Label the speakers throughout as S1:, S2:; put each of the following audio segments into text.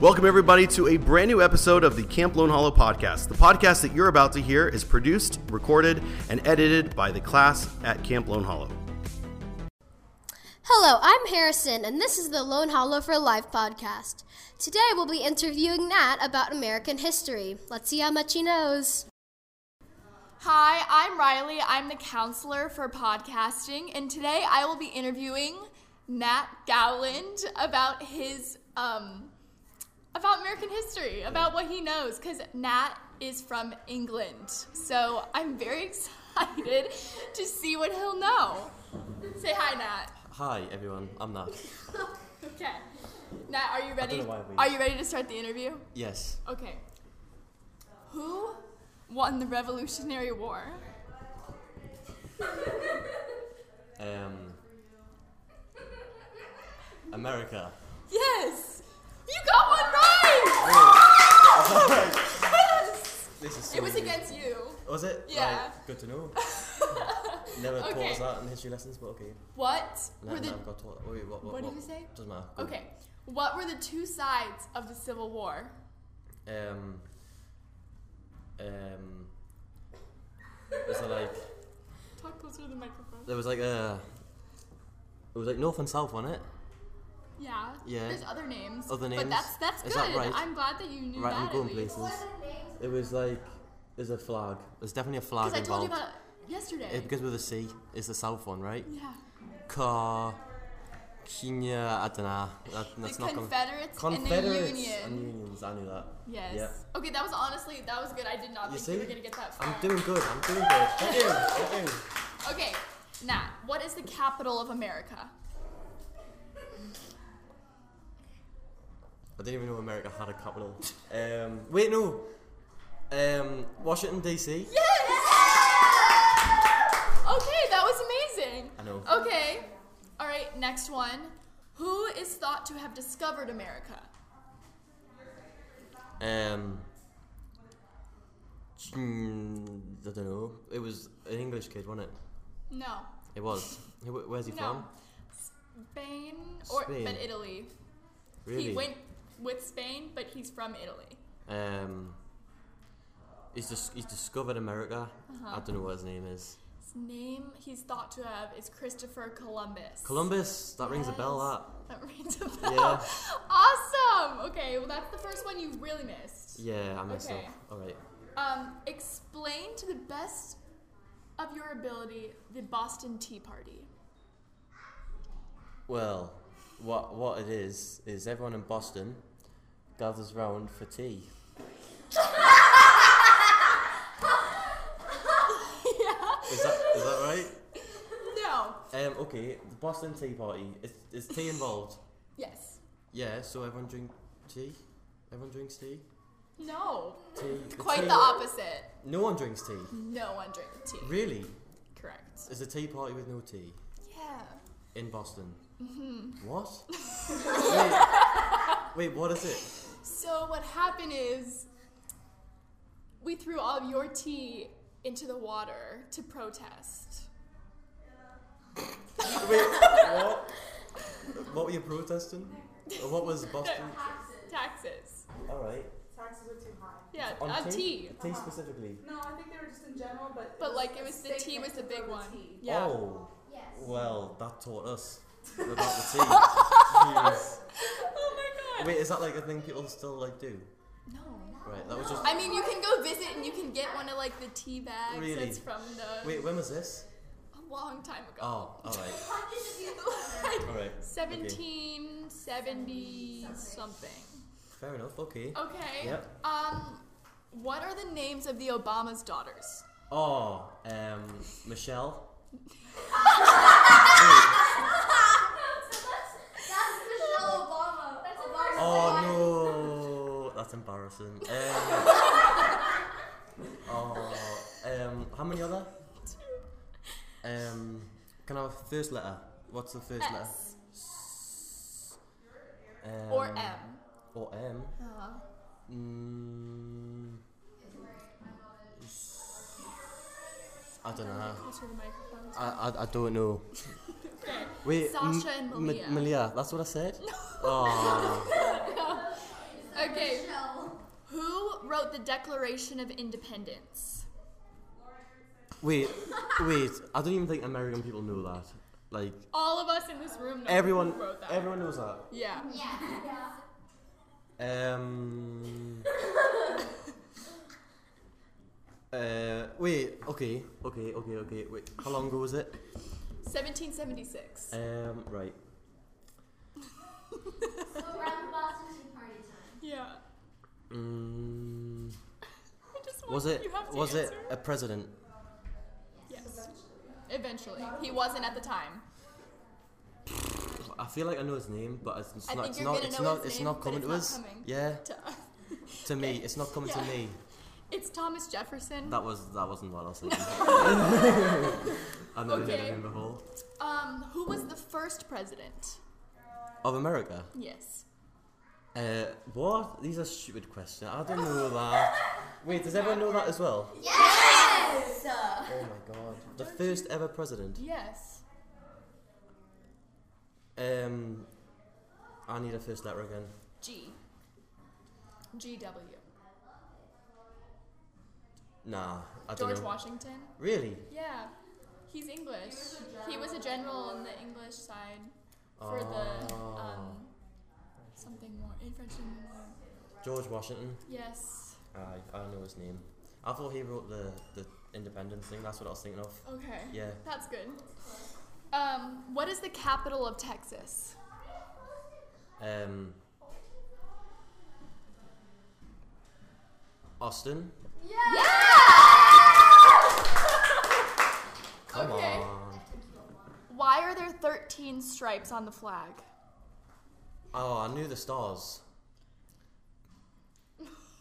S1: Welcome, everybody, to a brand new episode of the Camp Lone Hollow podcast. The podcast that you're about to hear is produced, recorded, and edited by the class at Camp Lone Hollow.
S2: Hello, I'm Harrison, and this is the Lone Hollow for Life podcast. Today we'll be interviewing Nat about American history. Let's see how much he knows.
S3: Hi, I'm Riley. I'm the counselor for podcasting, and today I will be interviewing Nat Gowland about his um about American history, about what he knows cuz Nat is from England. So, I'm very excited to see what he'll know. Say hi, Nat.
S4: Hi everyone, I'm Nat.
S3: Okay. Nat, are you ready?
S4: know why we-
S3: Are you ready to start the interview?
S4: Yes,
S3: Okay. Who won the Revolutionary War?
S4: um, America.
S3: Yes! You got one right!
S4: Oh.
S3: Yes!
S4: This is so
S3: It was
S4: easy.
S3: against you.
S4: Was it?
S3: Yeah.
S4: Right, good to know. Never taught
S3: Okay.
S4: us that in history lessons, but okay.
S3: What
S4: No,
S3: were the
S4: never got taught. Wait, what? What,
S3: What did you say? Oh.
S4: Doesn't matter. Go.
S3: Okay. What were the two sides of the Civil War?
S4: Um. Um. Was it like
S3: Talk closer to the microphone.
S4: there was like a. It was like north and south, wasn't it?
S3: Yeah.
S4: Yeah.
S3: There's other names.
S4: Other
S3: But
S4: names?
S3: that's that's good.
S4: Is that right?
S3: I'm glad that you knew
S4: right,
S3: that
S4: I'm going
S3: at least.
S4: places. It was like there's a flag. There's definitely a flag
S3: Because I told you
S4: involved.
S3: about it yesterday.
S4: It begins with a C. It's the south one, right?
S3: yeah.
S4: Car. Kenya, I don't know. That, that's
S3: the
S4: not gonna-
S3: Confederates,
S4: Confederates
S3: and the Union.
S4: and unions. I knew that.
S3: Yes.
S4: Yep.
S3: Okay, that was honestly that was good. I did not
S4: You
S3: think you were
S4: see?
S3: gonna get that far.
S4: I'm doing good. I'm doing good. Thank you. Thank you.
S3: Okay, Nat, what is the capital of America?
S4: I didn't even know America had a capital. Um, wait, no. Um, Washington D.C.
S3: Okay, that was amazing.
S4: I know.
S3: Okay, all right, next one. Who is thought to have discovered America?
S4: Um, hmm, I don't know. It was an English kid, wasn't it?
S3: No,
S4: It was. Who- Where's he
S3: no.
S4: from?
S3: Spain or
S4: Spain.
S3: but Italy.
S4: Really?
S3: He went with Spain, but he's from Italy.
S4: Um, he's dis- he's discovered America.
S3: Uh-huh.
S4: I don't know what his name is.
S3: His name he's thought to have is Christopher Columbus.
S4: Columbus. That rings a bell.
S3: Yes.
S4: That.
S3: That rings a bell.
S4: Yeah.
S3: Awesome. Okay, well that's the first one you really missed.
S4: Yeah, I messed
S3: Okay.
S4: up. All right.
S3: Um, explain to the best of your ability the Boston Tea Party.
S4: Well, what what it is is everyone in Boston gathers round for tea. Is that is that right?
S3: No.
S4: Um, okay, the Boston Tea Party. Is, is tea involved?
S3: Yes.
S4: Yeah, so everyone drink tea. Everyone drinks tea.
S3: No.
S4: Tea.
S3: Quite
S4: tea-
S3: the opposite.
S4: No one drinks tea.
S3: No one drinks tea.
S4: Really?
S3: Correct.
S4: Is a tea party with no tea
S3: Yeah.
S4: in Boston? Mm-hmm. What? wait, wait, what is it?
S3: So what happened is we threw all of your tea into the water to protest.
S4: Wait, what? What were you protesting? Or What was Boston?
S3: Taxes.
S4: All right.
S5: Taxes are too high.
S3: Yeah,
S4: On Oh.
S3: uh,
S4: tea?
S3: tea.
S4: Tea specifically.
S5: No, I think they were just in general, but.
S3: But like it was the tea was the big one. Yeah.
S4: Oh.
S2: Yes.
S4: Well, that taught us about the tea. Jeez.
S3: Oh my god.
S4: Wait, is that like a thing people still like do?
S3: No.
S4: Right. That was just.
S3: I mean, you can go visit and you can get one of like the tea bags
S4: Really?
S3: that's from the
S4: Wait, when was this?
S3: a long time ago.
S4: Oh, all right.
S3: Like,
S4: All right.
S3: 1770 something.
S4: Fair enough. Okay.
S3: Okay.
S4: Yep.
S3: Um what are the names of the Obama's daughters?
S4: Oh, um, Michelle. Oh no, that's embarrassing. Um, oh, um, how many other? Um, can I have a first letter? What's the first letter?
S3: S
S4: S- Um,
S3: or M?
S4: Or M.
S3: Uh,
S4: Mm, I don't know.
S3: closer to the microphone.
S4: I, I, I don't know.
S3: Okay.
S4: Wait,
S3: Sasha and
S4: M- M-
S3: Malia.
S4: Malia, that's what I said. oh,
S3: wrote the Declaration of Independence.
S4: Wait, wait. I don't even think American people know that. Like
S3: All of us in this room know
S4: everyone,
S3: who wrote that.
S4: everyone knows that.
S3: yeah.
S4: Um. uh. Wait. Okay. Okay. Okay. Okay. Wait. How long ago was it?
S3: 1776.
S4: Um. Right.
S3: yeah.
S4: Mm,
S3: I just want-
S4: was it?
S3: You have to
S4: Was it
S3: answer.
S4: a president?
S3: Yes. Eventually. He wasn't at the time.
S4: I feel like I know his name, but it's, it's
S3: I
S4: not.
S3: think
S4: It's
S3: you're
S4: not.
S3: gonna
S4: It's
S3: know
S4: not.
S3: his
S4: It's
S3: name,
S4: not
S3: but
S4: coming
S3: it's
S4: to
S3: not
S4: us.
S3: coming.
S4: Yeah.
S3: To-
S4: To me, it's not coming to
S3: Yeah.
S4: me.
S3: It's Thomas Jefferson.
S4: That was. That wasn't what I was thinking. I've never heard of
S3: Okay.
S4: him before.
S3: Um, who was the first president?
S4: Of America.
S3: Yes.
S4: Uh, what? These are stupid questions. I don't know that. Wait, does everyone know that as well?
S6: Yes!
S4: Oh my god. The first ever president.
S3: Yes.
S4: Um, I need a first letter again.
S3: G. GW.
S4: Nah, I don't
S3: George
S4: know.
S3: Washington.
S4: Really?
S3: Yeah. He's English. He was a general on the English side for the
S4: Ah.
S3: um, something more in French and more.
S4: George Washington.
S3: Yes.
S4: Aye, I know his name. I thought he wrote the the independence thing. That's what I was thinking of.
S3: Okay.
S4: Yeah.
S3: That's good. Um, what is the capital of Texas?
S4: Um. Austin. Come
S3: Okay.
S4: on.
S3: Why are there 13 stripes on the flag?
S4: Oh, I knew the stars.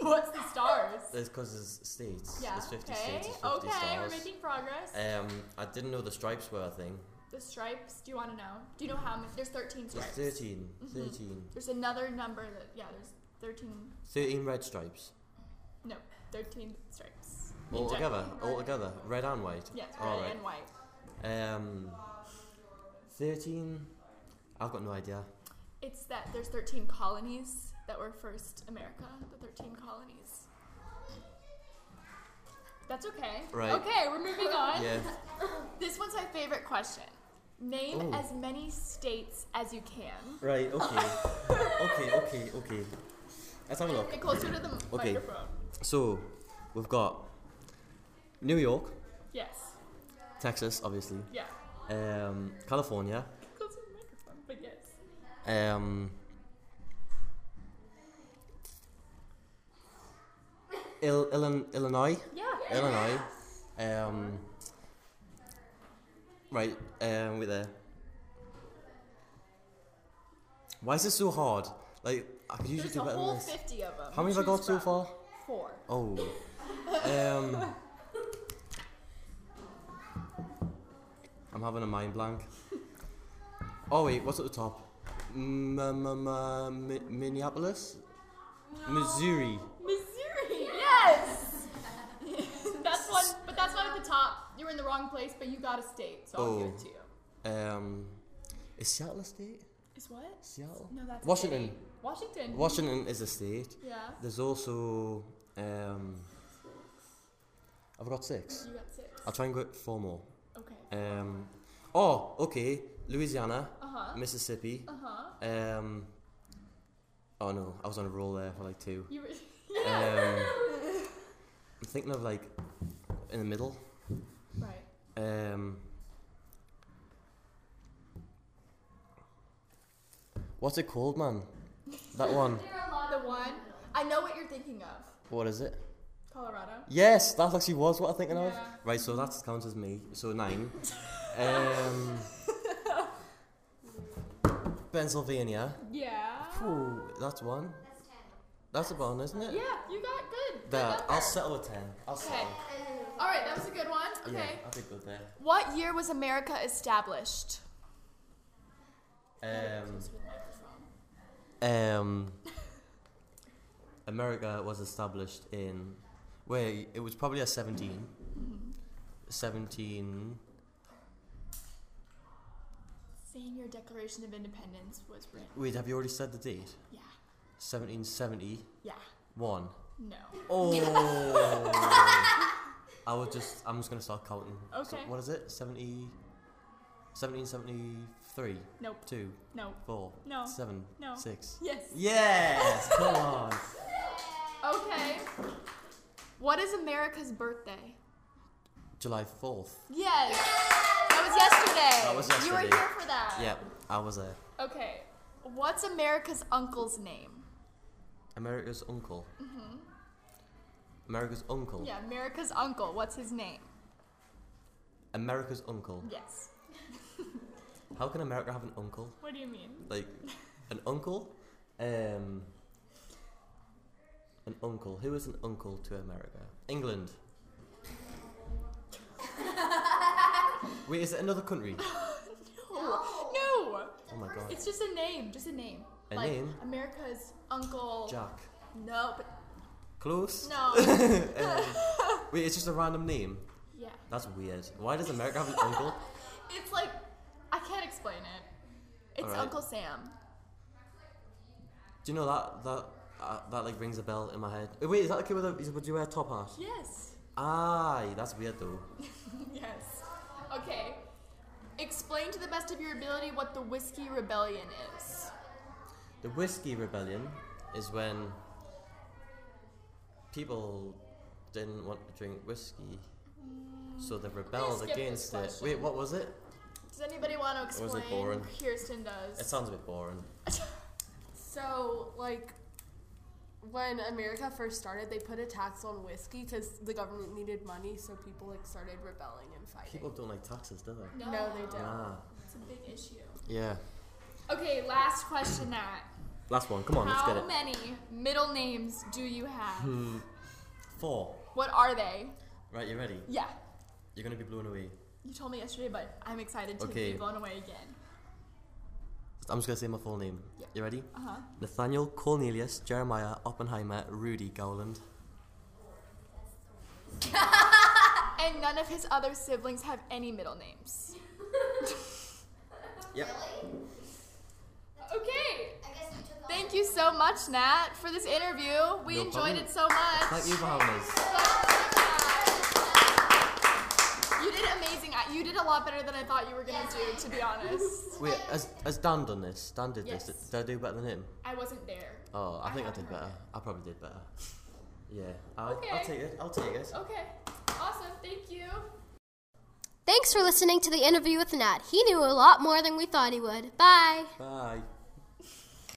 S3: What's the stars?
S4: It's because there's states.
S3: Yeah.
S4: There's 50
S3: okay.
S4: states. There's 50
S3: okay.
S4: stars.
S3: We're making progress.
S4: Um, I didn't know the stripes were a thing.
S3: the stripes. Do you want to know? Do you know how many? There's 13
S4: There's
S3: stripes. Mm-hmm.
S4: 13. 13.
S3: There's another number that yeah. There's 13.
S4: 13 red stripes.
S3: No, 13 stripes. In
S4: All together.
S3: general.
S4: All together. Red and white.
S3: Yes, red
S4: All
S3: and white.
S4: right. Um, 13. I've got no idea.
S3: It's that there's 13 colonies that were first America, the 13 colonies. That's okay.
S4: Right.
S3: Okay, we're moving on.
S4: Yeah.
S3: This one's my favorite question. Name
S4: Ooh.
S3: as many states as you can.
S4: Right, okay. okay, okay, okay. Let's have a look.
S3: Get closer to the
S4: Okay.
S3: microphone.
S4: So, we've got New York,
S3: Yes.
S4: Texas, obviously,
S3: Yeah.
S4: um, California,
S3: Closer to the microphone, but yes.
S4: um, Il- Illin- Illinois,
S3: Yeah.
S4: Illinois, um, right, um, we're there. Why is this so hard? Like, I could usually
S3: There's a
S4: do better than
S3: whole
S4: this.
S3: 50 of them.
S4: How many have I got
S3: Choose
S4: so
S3: from.
S4: far?
S3: Four.
S4: Oh. Um. I'm having a mind blank. Oh wait, what's at the top? M- m- m- uh, Mi- Minneapolis, Missouri.
S3: Missouri. Yes. that's one, but that's not at the top. You were in the wrong place, but you got a state, so I'll give
S4: Oh.
S3: it to you.
S4: Um, is Seattle a state?
S3: Is what?
S4: Seattle.
S3: No, that's a
S4: Washington.
S3: state. Washington.
S4: Washington is a state.
S3: Yeah.
S4: There's also um. I've got six.
S3: You got six.
S4: I'll try and go four more.
S3: Okay.
S4: Um. Oh, okay. Louisiana,
S3: Uh huh.
S4: Mississippi,
S3: Uh huh.
S4: Um. Oh no, I was on a roll there for like two.
S3: You were.
S4: Um, I'm thinking of like in the middle.
S3: Right.
S4: Um. What's it called, man? That one.
S3: The one. I know what you're thinking of.
S4: What is it?
S3: Colorado.
S4: Yes, that actually was what I'm thinking of.
S3: Yeah.
S4: Right, so that counts as me. So nine. um. Pennsylvania.
S3: Yeah.
S4: Ooh, that's one. That's a one, isn't it?
S3: Yeah, you got good. good
S4: There,
S3: number.
S4: I'll settle with 10. I'll
S3: Okay.
S4: settle.
S3: All right, that was a good one. Okay.
S4: Yeah, I think good there.
S3: What year was America established?
S4: Um, um, America was established in. Wait, it was probably a 17.
S3: Mm-hmm.
S4: 17.
S3: Saying your Declaration of Independence was written.
S4: Wait, have you already said the date?
S3: Yeah.
S4: 1771.
S3: Yeah. No.
S4: Oh. I would just. I'm just gonna start counting. So
S3: Okay.
S4: what is it? 70. 1773.
S3: Nope.
S4: 2.
S3: No.
S4: 4.
S3: No.
S4: 7.
S3: No.
S4: 6.
S3: Yes.
S4: Yes! Come on.
S3: Okay. What is America's birthday?
S4: July 4th.
S3: Yes. That was yesterday.
S4: That was
S3: You were
S4: yesterday.
S3: here for that.
S4: Yeah, I was there.
S3: Okay. What's America's uncle's name?
S4: America's uncle. Mm-hmm. America's uncle.
S3: Yeah, America's uncle. What's his name?
S4: America's uncle.
S3: Yes.
S4: How can America have an uncle?
S3: What do you mean?
S4: Like, an uncle? Um. An uncle. Who is an uncle to America? England. Wait, is it another country?
S3: No. No.
S4: Oh my god.
S3: It's just a name. Just a name.
S4: A
S3: like
S4: name?
S3: America's uncle.
S4: Jack.
S3: No, but
S4: Close? Um,
S3: no.
S4: Wait, it's just a random name.
S3: yeah.
S4: That's weird. Why does America have an uncle?
S3: It's like I can't explain it. It's
S4: Alright.
S3: Uncle Sam.
S4: Do you know that that uh, that like rings a bell in my head? Oh, Wait, is that the kid with the? is- Would you wear a top hat?
S3: Yes.
S4: Aye, that's weird though.
S3: Yes. Okay. Explain to the best of your ability what the Whiskey Rebellion is.
S4: The whiskey rebellion is when people didn't want to drink whiskey, so they rebelled
S3: skip this
S4: against it.
S3: question.
S4: Wait, what was it?
S3: Does anybody want to
S4: Or
S3: explain?
S4: was it boring?
S3: Kirsten does.
S4: It sounds a bit boring.
S6: So, like, when America first started, they put a tax on whiskey because the government needed money, so people, like, started rebelling and fighting.
S4: People don't like taxes, do they?
S6: no. they don't.
S4: Ah,
S3: It's a big issue.
S4: yeah.
S3: Okay, last question that.
S4: Last one. Come on, let's get
S3: How
S4: it. Hmm.
S3: many middle names do you have?
S4: Four.
S3: what are they?
S4: Right, you ready?
S3: Yeah.
S4: You're gonna be blown away.
S3: You told me yesterday, but I'm excited to
S4: Okay.
S3: be blown away again.
S4: I'm just gonna say my full name.
S3: Yeah.
S4: You ready?
S3: Uh-huh.
S4: Nathaniel Cornelius Jeremiah Oppenheimer Rudy Gowland.
S3: And none of his other siblings have any middle names.
S4: Yep.
S3: Okay. Thank you so much, Nat, for this interview. We
S4: No
S3: enjoyed
S4: problem.
S3: it so much.
S4: Thank you for having us.
S3: You did amazing. I- You did a lot better than I thought you were gonna do, to be honest.
S4: Wait, has, has Dan done this? Dan did this.
S3: Yes.
S4: Did I do better than him?
S3: I wasn't there.
S4: Oh, I,
S3: I
S4: think I
S3: haven't heard
S4: did better. I probably did better. Yeah. I'll, I'll
S3: Okay. Oh.
S4: take it. I'll take it.
S3: Okay. Awesome. Thank you.
S2: Thanks for listening to the interview with Nat. He knew a lot more than we thought he would. Bye.
S4: Bye.